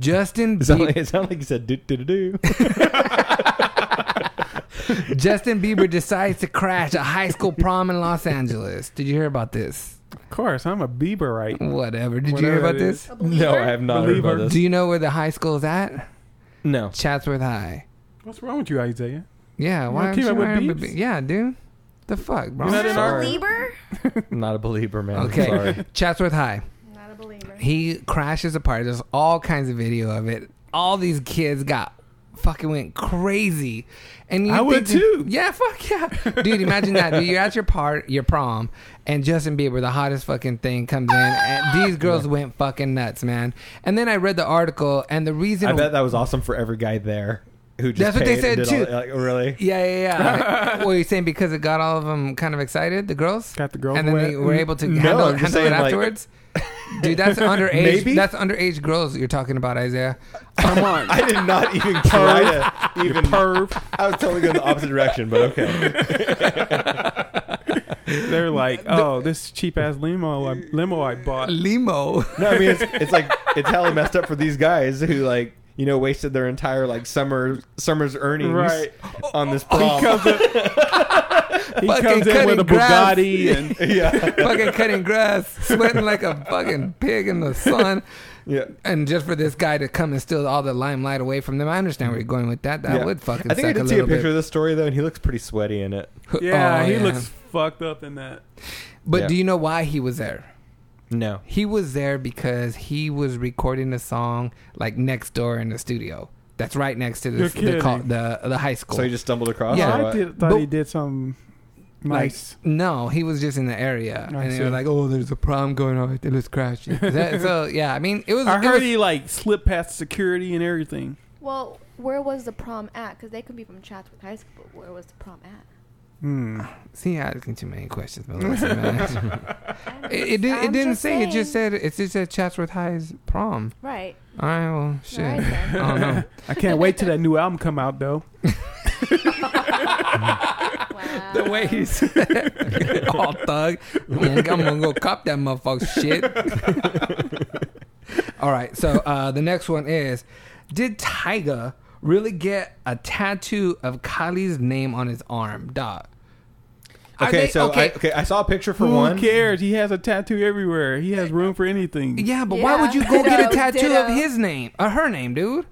S4: Justin
S3: It sounded
S4: Bie-
S3: like, it sounded like you said do do do do.
S4: Justin Bieber decides to crash a high school prom in Los Angeles. Did you hear about this?
S1: Of course, I'm a Bieberite.
S4: Whatever. Did
S1: Whatever
S4: you hear about
S1: it
S4: this?
S2: A
S3: No,
S2: believer?
S3: I have not heard about
S1: Believer.
S3: this.
S4: Do you know where the high school is at?
S3: no.
S4: Chatsworth High.
S1: What's wrong with you, Isaiah?
S4: Yeah. Why aren't
S1: keep
S4: you
S1: up with
S4: wearing a
S1: beeps?
S4: b- Yeah, dude. The fuck, bro.
S1: You're not
S2: Not
S1: in
S2: a
S1: our-
S2: believer?
S3: Not a believer, man.
S4: Okay.
S3: Sorry.
S4: Chatsworth High.
S2: Not a believer.
S4: He crashes a party. There's all kinds of video of it. All these kids got fucking went crazy. And you
S1: I would
S4: think-
S1: too.
S4: Yeah, fuck yeah, dude. Imagine that. Dude. You're at your part, your prom, and Justin Bieber, the hottest fucking thing, comes in. And these girls went fucking nuts, man. And then I read the article, and the reason
S3: I bet that was awesome for every guy there who just
S4: That's what they
S3: paid and
S4: said,
S3: did
S4: too.
S3: All, like, really?
S4: Yeah, yeah, yeah. well, you're saying because it got all of them kind of excited, the girls,
S1: Got the girls
S4: and then
S1: wet?
S4: they were able to
S3: No,
S4: handle,
S3: I'm
S4: handle
S3: just
S4: it
S3: saying, like-
S4: afterwards. Dude, that's underage.
S3: Maybe?
S4: That's underage girls you're talking about, Isaiah.
S1: Come on.
S3: I did not even try to even.
S1: Perv.
S3: I was totally going the opposite direction, but okay.
S1: They're like, oh, this cheap ass limo I, limo I bought.
S4: Limo.
S3: No, I mean it's, it's like it's hella messed up for these guys who like you know wasted their entire like summer summer's earnings
S1: Right.
S3: on this prom.
S1: Comes in- he
S4: Fucking
S1: comes in with
S4: cutting
S1: a
S4: grass.
S1: Bugatti and
S3: yeah,
S4: fucking cutting grass, sweating like a fucking pig in the sun.
S3: yeah.
S4: And just for this guy to come and steal all the limelight away from them, I understand where you're going with that. That
S3: yeah.
S4: would fucking.
S3: I think
S4: suck
S3: I did
S4: a
S3: see a
S4: little
S3: picture of
S4: bit.
S3: this story though, and he looks pretty sweaty in it.
S1: yeah,
S4: Oh,
S1: he looks fucked up in that.
S4: But
S3: Yeah.
S4: do you know why he was there?
S3: No,
S4: He was there because he was recording a song like next door in the studio. That's right next to
S1: You're
S4: the the, col-
S1: kidding.
S4: the the high school.
S3: so he just stumbled across.
S4: Yeah.
S3: it, or
S1: I
S3: what?
S1: did, thought
S4: But-
S1: he did something
S4: Like,
S1: nice.
S4: No, he was just in the area,
S1: I
S4: and they
S1: see.
S4: were like, "Oh, there's a prom going on. Let's crash it." That- so yeah, I mean, it was.
S1: I
S4: it
S1: heard
S4: was-
S1: he like slipped past security and everything.
S2: Well, where was the prom at? Because they could be from Chatsworth High School, but where was the prom at?
S1: Hmm.
S4: See, I'm asking too many questions. But it, it, did, it
S2: I'm
S4: didn't
S2: just
S4: say. It just
S2: saying.
S4: said. It just said Chatsworth High's prom.
S2: Right.
S4: All right. Well, shit.
S2: Right
S4: I
S2: then.
S4: don't know.
S1: I can't wait till that new album come out though.
S2: Wow.
S4: the way he said, all thug. I'm gonna, I'm gonna go cop that motherfucker shit. all right, so uh, the next one is: Did Tyga really get a tattoo of Kylie's name on his arm? Dot. Are
S3: Okay,
S4: they-
S3: so I, okay, I saw a picture for
S1: Who
S3: one.
S1: cares? He has a tattoo everywhere. He has room for anything.
S4: Yeah, but why
S2: Yeah,
S4: would you go get a
S2: ditto,
S4: tattoo of
S2: ditto.
S4: his name or her name, dude?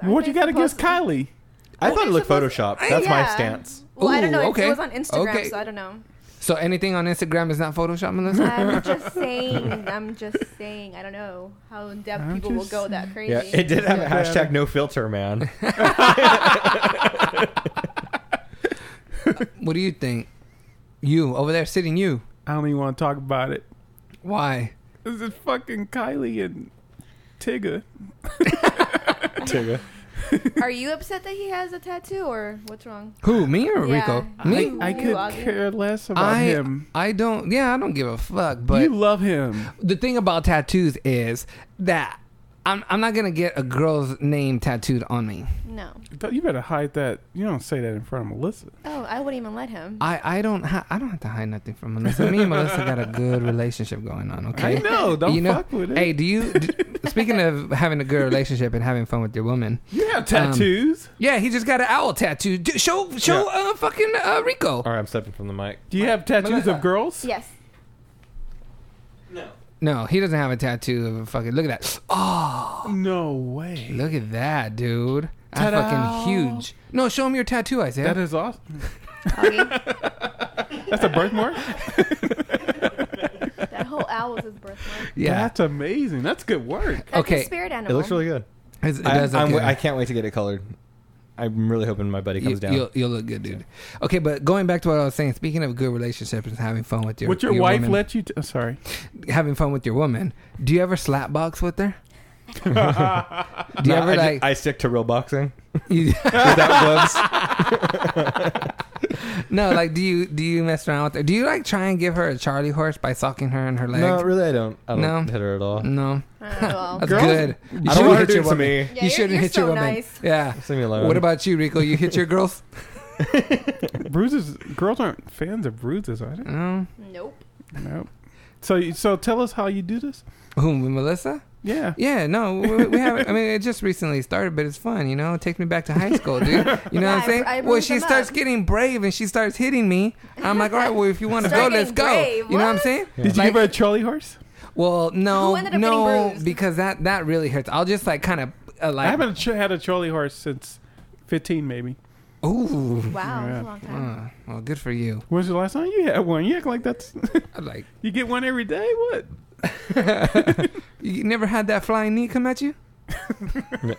S1: What you got against
S2: against
S1: Kylie?
S3: I thought it looked
S2: supposed-
S3: photoshopped. That's my
S2: Yeah.
S3: stance.
S2: Well, I don't
S4: Ooh,
S2: know.
S4: okay.
S2: It was on Instagram,
S4: Okay.
S2: so I don't know.
S4: So anything on Instagram is not Photoshop,
S1: Uh,
S4: Melissa.
S2: I'm just saying. I'm just saying. I don't know how in depth
S1: I'm
S2: people will
S1: just
S2: go that crazy.
S3: Yeah, it did have a hashtag no filter, man.
S4: what do you think? You over there sitting, you.
S1: I don't even want to talk about it.
S4: Why?
S1: This is fucking Kylie and Tigger.
S3: Tigger.
S2: Are you upset that he has a tattoo, or what's wrong?
S4: Who? Me or
S2: Yeah.
S4: Rico?
S2: I-
S4: Me.
S1: I
S2: You
S1: could
S2: ugly.
S1: care less about
S4: I
S1: him.
S4: I don't. Yeah, I don't give a fuck. But
S1: you love him.
S4: the thing about tattoos is that I'm I'm not gonna get a girl's name tattooed on me.
S2: No.
S1: You better hide that. You don't say that in front of Melissa.
S2: Oh, I wouldn't even let him.
S4: I I don't ha- I don't have to hide nothing from Melissa. Me and Melissa got a good relationship going on. Okay.
S1: I know. Don't
S4: you know,
S1: fuck with it.
S4: hey, do you? d speaking of having a good relationship and having fun with your woman,
S1: you have tattoos.
S4: yeah, he just got an owl tattoo. D- show, show, uh, fucking uh,
S3: All
S4: Rico.
S3: right, I'm stepping from the mic.
S1: Do you have tattoos of girls?
S2: Yes.
S4: No, he doesn't have a tattoo of a fucking. Look at that. Oh,
S1: No way.
S4: Look at that, dude. That's
S1: Ta-da.
S4: fucking huge. No, show him your tattoo, Isaiah.
S1: That is awesome.
S2: Augie,
S1: That's a birthmark.
S2: that whole owl was his birthmark.
S4: yeah.
S1: That's amazing. That's good work.
S2: That's
S4: Okay.
S2: his spirit animal.
S3: It looks really good.
S4: It's- it
S3: I,
S4: does
S3: I'm,
S4: look
S3: I
S4: good.
S3: can't wait to get it colored. I'm really hoping my buddy comes
S4: you,
S3: down.
S4: You'll, you'll look good, dude. Okay, but going back to what I was saying, speaking of good relationships and having fun with your
S1: Would your, wife
S4: woman,
S1: let you? T- oh, sorry.
S4: having fun with your woman. Do you ever slap box with her? do you
S3: No,
S4: ever
S3: I, ju-
S4: like?
S3: I stick to real boxing
S4: you-
S3: without gloves.
S4: no, like do you do you mess around with her? Do you like try and give her a Charlie horse by socking her in her legs?
S3: no, really, I don't. I don't
S4: No.
S3: hit her at all.
S4: No,
S2: Oh, well.
S4: that's
S1: Girls-
S4: good. You
S3: I
S4: shouldn't
S3: don't want her
S4: hit
S3: to do
S4: your
S3: it to
S4: woman.
S3: me.
S2: Yeah,
S4: you
S2: you're-
S4: shouldn't
S2: you're
S4: hit your
S2: so
S4: woman.
S2: nice.
S4: Yeah.
S3: Leave me alone.
S4: What about you, Rico? You hit your girls?
S1: Bruises. Girls aren't fans of bruises, are they?
S4: No.
S2: Nope.
S4: Mm.
S1: No. So, you- so tell us how you do this.
S4: Who? Melissa?
S1: Yeah.
S4: Yeah, no, we, we haven't. I mean, it just recently started, but it's fun, you know. It takes me back to high school, dude. You know what
S2: Yeah,
S4: I'm
S2: I-
S4: saying?
S2: I
S4: well,
S2: moved
S4: she
S2: them
S4: starts
S2: up.
S4: getting brave and she starts hitting me. I'm like, all right, well, if you want to go,
S2: Start
S4: let's
S2: getting
S4: go.
S2: brave,
S4: You know what I'm
S2: what?
S4: saying?
S1: Did you
S4: Like,
S1: give her a trolley horse?
S4: well, no,
S2: Who ended up getting
S4: no,
S2: bruised?
S4: because that that really hurts. I'll just like kind of uh,
S1: I
S4: like,
S1: haven't tr- had a trolley horse since 15, maybe.
S4: ooh.
S2: Wow,
S1: Yeah.
S2: that's a long time.
S4: Uh, well, good for you.
S1: When's the last time you had one? You act like that's.
S4: I like
S1: you get one every day? What?
S4: you never had that flying knee come at you. Mm.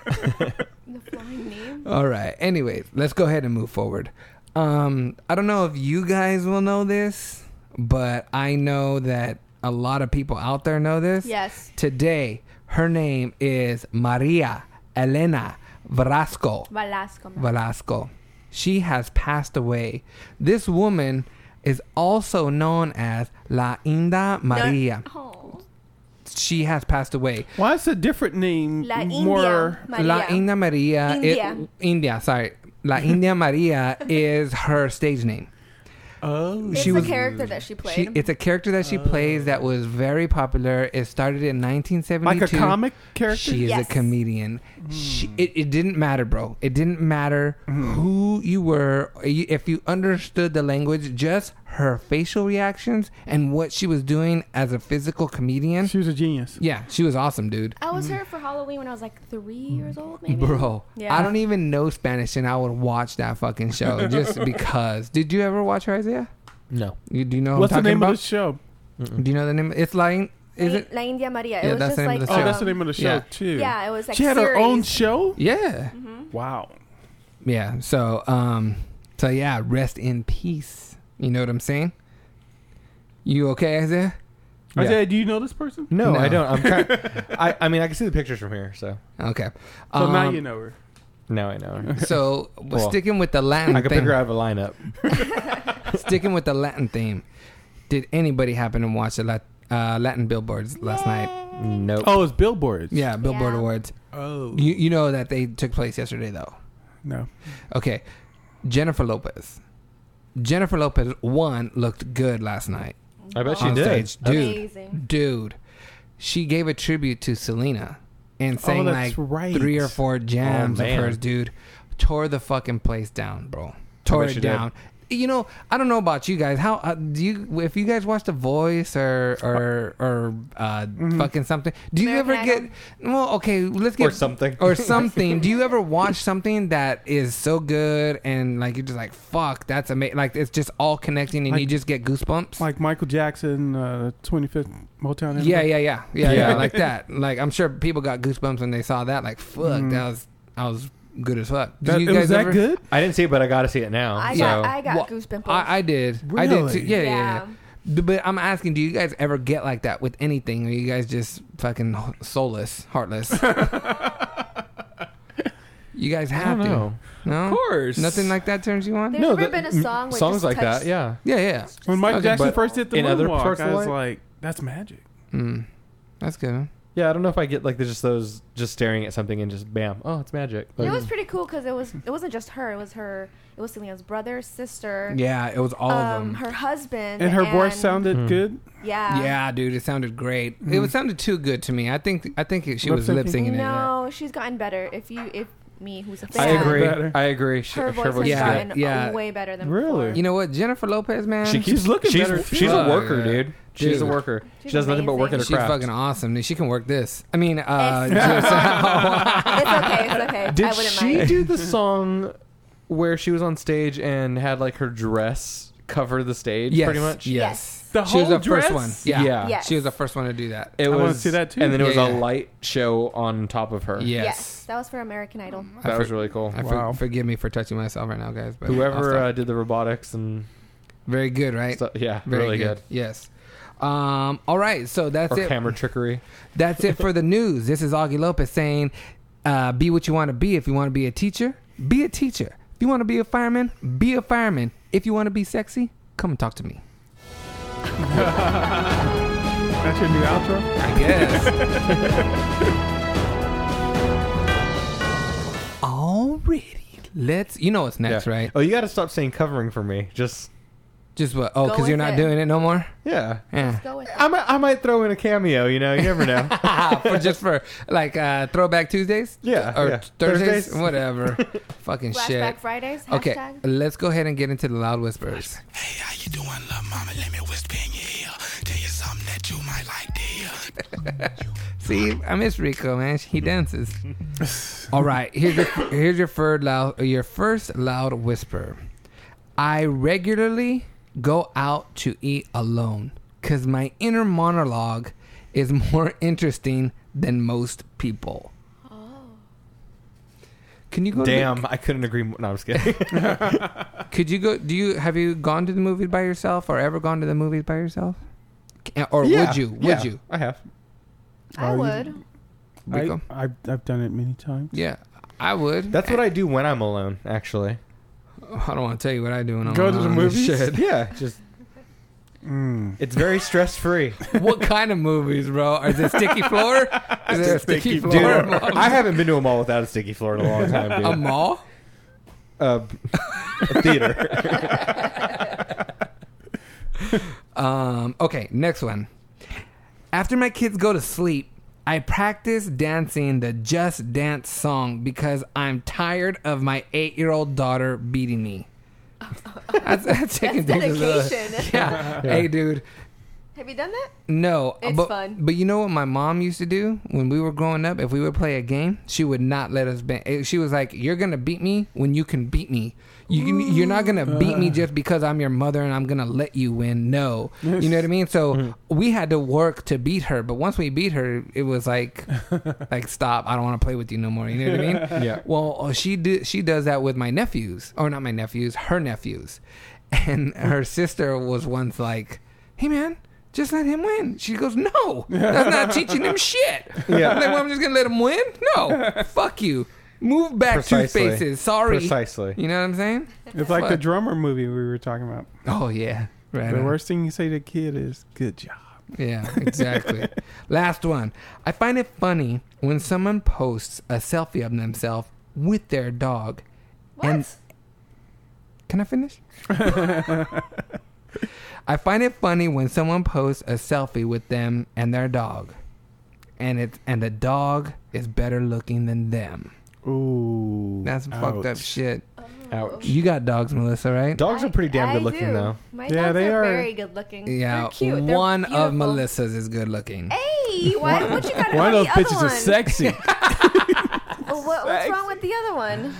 S2: The flying knee.
S4: All right. Anyways, let's go ahead and move forward. Um, I don't know if you guys will know this, but I know that a lot of people out there know this.
S2: Yes.
S4: Today, her name is Maria Elena Velasco.
S2: Velasco.
S4: Velasco. She has passed away. This woman is also known as La Inda Maria.
S2: Oh.
S4: She has passed away.
S1: Why is a different name
S2: La
S1: more.
S2: India. Maria.
S4: La India Maria. it-
S2: India.
S4: India, sorry. La India Maria is her stage name.
S1: Oh.
S2: It's
S4: She
S2: a
S4: was-
S2: character that she played.
S4: She, it's a character that she plays that was very popular. It started in 1972.
S1: Like a comic character? Hmm.
S4: She is
S2: Yes.
S4: a comedian. She, it, it didn't matter, bro. It didn't matter who you were. If you understood the language, just her facial reactions and what she was doing as a physical comedian.
S1: she was a genius.
S4: Yeah, she was awesome, dude.
S2: I was her for Halloween when I was like three years old, maybe.
S4: Mm. Bro,
S2: Yeah.
S4: I don't even know Spanish, and I would watch that fucking show just because. Did you ever watch her, Isaiah?
S3: No.
S4: You, do you know
S1: What's
S4: what
S1: the
S4: I'm Oh, talking
S1: name
S4: about?
S1: of the show?
S4: Do you know the name? It's like, is
S2: La,
S4: it?
S2: La India Maria.
S4: Yeah,
S2: it was
S4: that's
S2: just
S4: the name
S2: like um,
S4: of the
S1: Oh,
S4: show.
S1: that's the name of the show,
S4: Yeah.
S1: too.
S2: Yeah, it was like
S1: she had her
S2: series.
S1: own show?
S4: Yeah,
S2: Mm-hmm.
S1: Wow.
S4: yeah. So, um, so yeah, rest in peace. You know what I'm saying? You okay, Isaiah?
S1: I
S3: Yeah.
S1: said, do you know this person?
S3: No,
S4: No.
S3: I don't. I'm kind I, I mean, I can see the pictures from here, so
S4: Okay.
S1: So now
S4: Um,
S1: you know her.
S3: Now I know. her.
S4: So
S3: Well,
S4: sticking with the Latin
S3: I could
S4: thing,
S3: pick her out of a lineup.
S4: sticking with the Latin theme, did anybody happen to watch the Lat- uh, Latin billboards last night?
S3: Nope.
S1: Oh, it's billboards.
S4: Yeah, Billboard
S2: Yeah.
S4: Awards.
S1: Oh.
S4: You you know that they took place yesterday though.
S1: no.
S4: Okay, Jennifer Lopez. Jennifer Lopez one looked good last night.
S3: I bet she
S4: on
S3: did.
S4: stage. Dude,
S2: Amazing.
S4: dude, she gave a tribute to Selena and sang like
S1: that's right.
S4: three or four jams
S3: Oh,
S4: of
S3: man.
S4: hers, dude. Tore the fucking place down, bro. Tore
S3: bet she
S4: it
S3: did.
S4: down. You know, I don't know about you guys. How uh, do you? If you guys watch The Voice or or or uh, fucking something, do you
S2: American
S4: ever get? Well, okay, let's get
S3: Mm-hmm. Or something.
S4: or something. do you ever watch something that is so good and like you're just like fuck, that's amazing. Like it's just all connecting and
S1: Like-
S4: you just get goosebumps.
S1: Like Michael Jackson, uh, 25th Motown.
S4: Yeah, yeah, yeah, yeah, yeah,
S3: Yeah.
S4: like that. Like I'm sure people got goosebumps when they saw that. Like fuck, that was I was good as fuck.
S1: Mm.
S4: Did
S1: That,
S4: you
S1: it was
S4: guys
S1: that
S4: ever-
S1: good?
S3: I didn't see it, but I gotta see it now.
S2: I
S3: so
S2: got, I got
S4: Well,
S2: goosebumps.
S4: I, I did. I did. Too.
S1: Really?
S4: Yeah, yeah, yeah,
S2: Yeah.
S4: D- But I'm asking, do you guys ever get like that with anything? Are you guys just fucking h- soulless, heartless? you guys
S3: I don't
S4: have to.
S3: know.
S4: No,
S1: Of course.
S4: nothing like that turns you on.
S2: There's never been a song where it
S3: songs
S2: just
S3: like
S2: touched-
S3: that. Yeah.
S4: Yeah, yeah,
S1: When Michael
S4: Okay,
S1: Jackson
S3: but
S1: first did the
S3: in
S1: moonwalk,
S3: other parts of
S1: I was
S3: life?
S1: like, that's magic.
S4: mm, that's good.
S3: Yeah, I don't know if I get like there's just those just staring at something and just bam, oh, it's magic. Like,
S2: It was pretty cool because it was it wasn't just her. It was her. It was Selena's brother, sister.
S4: Yeah, it was all of
S2: um,
S4: them.
S2: her husband.
S1: And her voice sounded
S3: Mm.
S1: good.
S2: Yeah.
S4: yeah, dude, it sounded great. It was sounded too good to me. I think I think it, she was
S1: Lip-syncing?
S4: lip syncing it. right?
S2: No, she's gotten better. If you, if me, who's a
S3: I
S2: fan,
S3: agree.
S1: Better.
S3: I agree. She,
S2: Her voice has
S4: is
S3: good.
S2: gotten
S4: Yeah.
S2: way better than
S1: Really?
S4: You know what, Jennifer Lopez, man,
S3: She keeps
S1: She's looking
S3: She's,
S1: better.
S3: she's
S4: Fuck,
S3: a worker,
S4: yeah.
S3: dude. She's a
S4: Um, Dude.
S3: worker.
S2: She's
S3: she does nothing but work at her
S4: she's
S2: amazing.
S3: craft.
S4: fucking awesome. dude. She can work this. I mean, uh,
S2: It's- it's okay. It's okay. I
S3: Did
S2: wouldn't
S3: she
S2: mind.
S3: do the song where she was on stage and had like her dress cover the stage?
S4: yes,
S3: pretty much.
S4: Yes,
S1: The
S4: she was
S1: whole
S4: the first
S1: dress?
S4: one. Yeah,
S3: Yeah.
S2: Yes.
S4: she was the first one to do that.
S3: It
S1: I wanna
S3: was
S1: see that too.
S3: And then it was
S4: Yeah,
S3: a
S4: yeah.
S3: light show on top of her.
S4: yes,
S2: Yes, that was for American Idol.
S3: that
S4: I
S3: was
S4: for-
S3: really cool.
S4: I for-
S1: Wow.
S4: forgive me for touching myself right now, guys. But I'll
S3: Whoever
S4: stop.
S3: uh, did the robotics and
S4: very good, right?
S3: stuff, yeah,
S4: Very
S3: really good.
S4: Yes. Um, all right, so that's
S3: Or
S4: it.
S3: camera trickery.
S4: That's it for the news. This is Augie Lopez saying, uh, be what you want to be. If you want to be a teacher, be a teacher. If you want to be a fireman, be a fireman. If you want to be sexy, come and talk to me.
S1: That's your new outro?
S4: I guess. Already. Let's, you know what's next,
S3: Yeah.
S4: right?
S3: Oh, you got to stop saying covering for me. Just
S4: Just what? Oh,
S2: Go
S4: because you're
S2: with
S4: not
S2: it.
S4: doing it no more?
S3: yeah.
S4: Yeah.
S2: Go with it.
S3: I might, I might throw in a cameo. You know, you never know.
S4: for just for like uh, throwback Tuesdays?
S3: Yeah,
S4: Or
S3: yeah.
S4: Thursdays?
S3: Thursdays.
S4: Whatever. Fucking shit.
S2: Flashback Fridays.
S4: Okay,
S2: Hashtag.
S4: let's go ahead and get into the loud whispers.
S10: Hey, how you doing, love mama? Let me whisper in your ear. Tell you something that you might like to hear.
S4: See, I miss Rico, man. He dances.
S3: Mm-hmm.
S4: All right, here's your here's your third loud your first loud whisper. I regularly go out to eat alone because my inner monologue is more interesting than most people. Can you go? To
S3: Damn, I couldn't agree. More. No, I'm just kidding.
S4: the, could you go? Do you have you gone to the movies by yourself or ever gone to the movies by yourself? Or would you? Would
S3: Yeah,
S4: you?
S3: I have.
S2: I
S1: Are you-
S2: would.
S4: Rico?
S1: I, I've, I've done it many times.
S4: yeah, I would.
S3: That's what I do when I'm alone. Actually.
S4: I don't want to tell you what I do. When I'm
S1: Go to the
S4: alone.
S1: movies?
S4: Mm, Shit.
S3: Yeah. Just
S1: Mm.
S3: it's very stress free,
S4: What kind of movies, bro? Is it sticky floor? Is it a sticky
S1: Sticky
S4: floor?
S3: dude. I haven't been to a mall without a sticky floor in a long time,
S4: a
S3: dude.
S4: mall?
S3: Uh, a theater.
S4: Um, okay, next one. After my kids go to sleep, I practice dancing the Just Dance song because I'm tired of my eight-year-old daughter beating me. That's, that's, taking
S2: That's
S4: things to the-
S2: dedication.
S4: Yeah. Hey, dude.
S2: Have you done that?
S4: No,
S2: It's
S4: but,
S2: fun.
S4: But you know what my mom used to do when we were growing up? If we would play a game, she would not let us. Ban- eh, she was like, "You're gonna beat me when you can beat me. You can, you're not gonna beat me just because I'm your mother and I'm gonna let you win. No, you know what I mean. So we had to work to beat her. But once we beat her, it was like, like stop. I don't want to play with you no more. You know what I mean?
S3: yeah.
S4: Well, oh, she do, she does that with my nephews, or not my nephews, her nephews, and her sister was once like, "Hey, man." Just let him win. She goes, no, that's not teaching him shit.
S3: Yeah.
S4: I'm like, well, I'm just gonna let him win. No, fuck you. Move back
S3: Precisely.
S4: two spaces. Sorry.
S3: Precisely.
S4: You know what I'm saying?
S1: It's like the
S4: Fuck.
S1: drummer movie we were talking about.
S4: Oh yeah. Right.
S1: the
S4: on.
S1: worst thing you say to a kid is "good job."
S4: Yeah, exactly. Last one. I find it funny when someone posts a selfie of themselves with their dog. And can I finish? I find it funny when someone posts a selfie with them and their dog. And it and the dog is better looking than them.
S1: Ooh,
S4: That's some fucked up
S1: ouch.
S4: shit.
S3: Ouch.
S4: You got dogs, Melissa, right?
S3: Dogs are pretty damn
S2: I
S3: good looking
S2: do.
S3: though.
S2: My
S1: Yeah,
S2: dogs
S1: they
S2: are,
S1: are-
S2: very good looking.
S4: yeah,
S2: They're cute. They're
S4: one of
S2: beautiful. Eh.
S4: Melissa's is good looking.
S2: Hey, why, what you got
S1: One of
S2: about
S1: those bitches
S2: the other one?
S1: is sexy.
S2: Oh, what, what's wrong with the other one?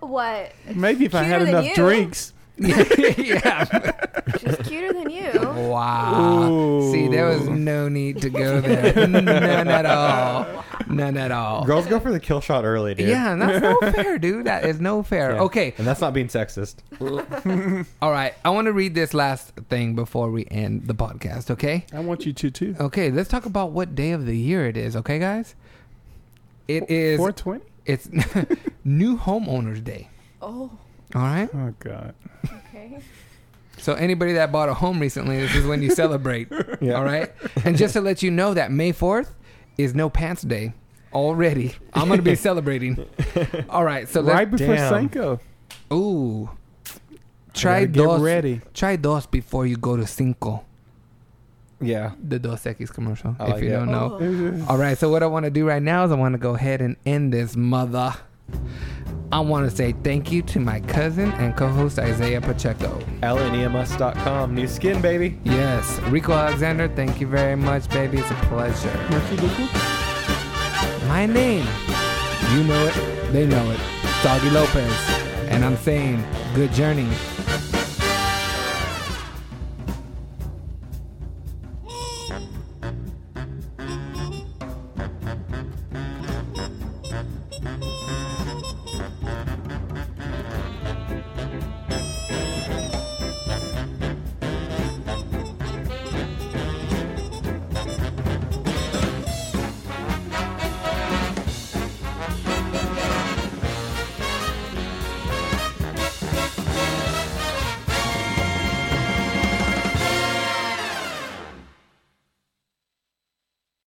S2: What?
S1: Maybe if I
S2: Cuter
S1: had
S2: than
S1: enough
S2: you.
S1: drinks.
S4: yeah.
S2: She's cuter than you.
S4: Wow.
S1: Ooh.
S4: See, there was no need to go there. None at all. None at all.
S3: Girls go for the kill shot early, dude.
S4: Yeah, and that's no fair, dude. That is no fair.
S3: Yeah.
S4: Okay.
S3: And that's not being sexist.
S4: All right. I want to read this last thing before we end the podcast, okay?
S1: I want you to too.
S4: Okay, let's talk about what day of the year it is, okay, guys? It is
S1: Four twenty.
S4: it's New Homeowners Day.
S2: Oh,
S4: All right?
S1: Oh God.
S2: okay.
S4: So anybody that bought a home recently, this is when you celebrate. All right. And just to let you know that May fourth is no pants day already. I'm gonna be celebrating. All right. So
S1: right
S4: let's
S1: before
S3: Damn.
S1: Cinco.
S4: ooh. Try
S1: gotta get
S4: dos.
S1: ready.
S4: Try dos before you go to cinco.
S3: Yeah.
S4: The Dos Equis commercial.
S3: I
S4: if
S3: like
S4: you
S3: it.
S4: don't know.
S2: Oh.
S4: All right, so what I want to do right now is I want to go ahead and end this mother. I want to say thank you to my cousin and co host Isaiah Pacheco.
S3: E LNEMS.com. New skin, baby.
S4: Yes, Rico Alexander, thank you very much, baby. It's a pleasure.
S1: Merci beaucoup.
S4: My name, you know it, they know it, Doggy Lopez. And I'm saying, good journey.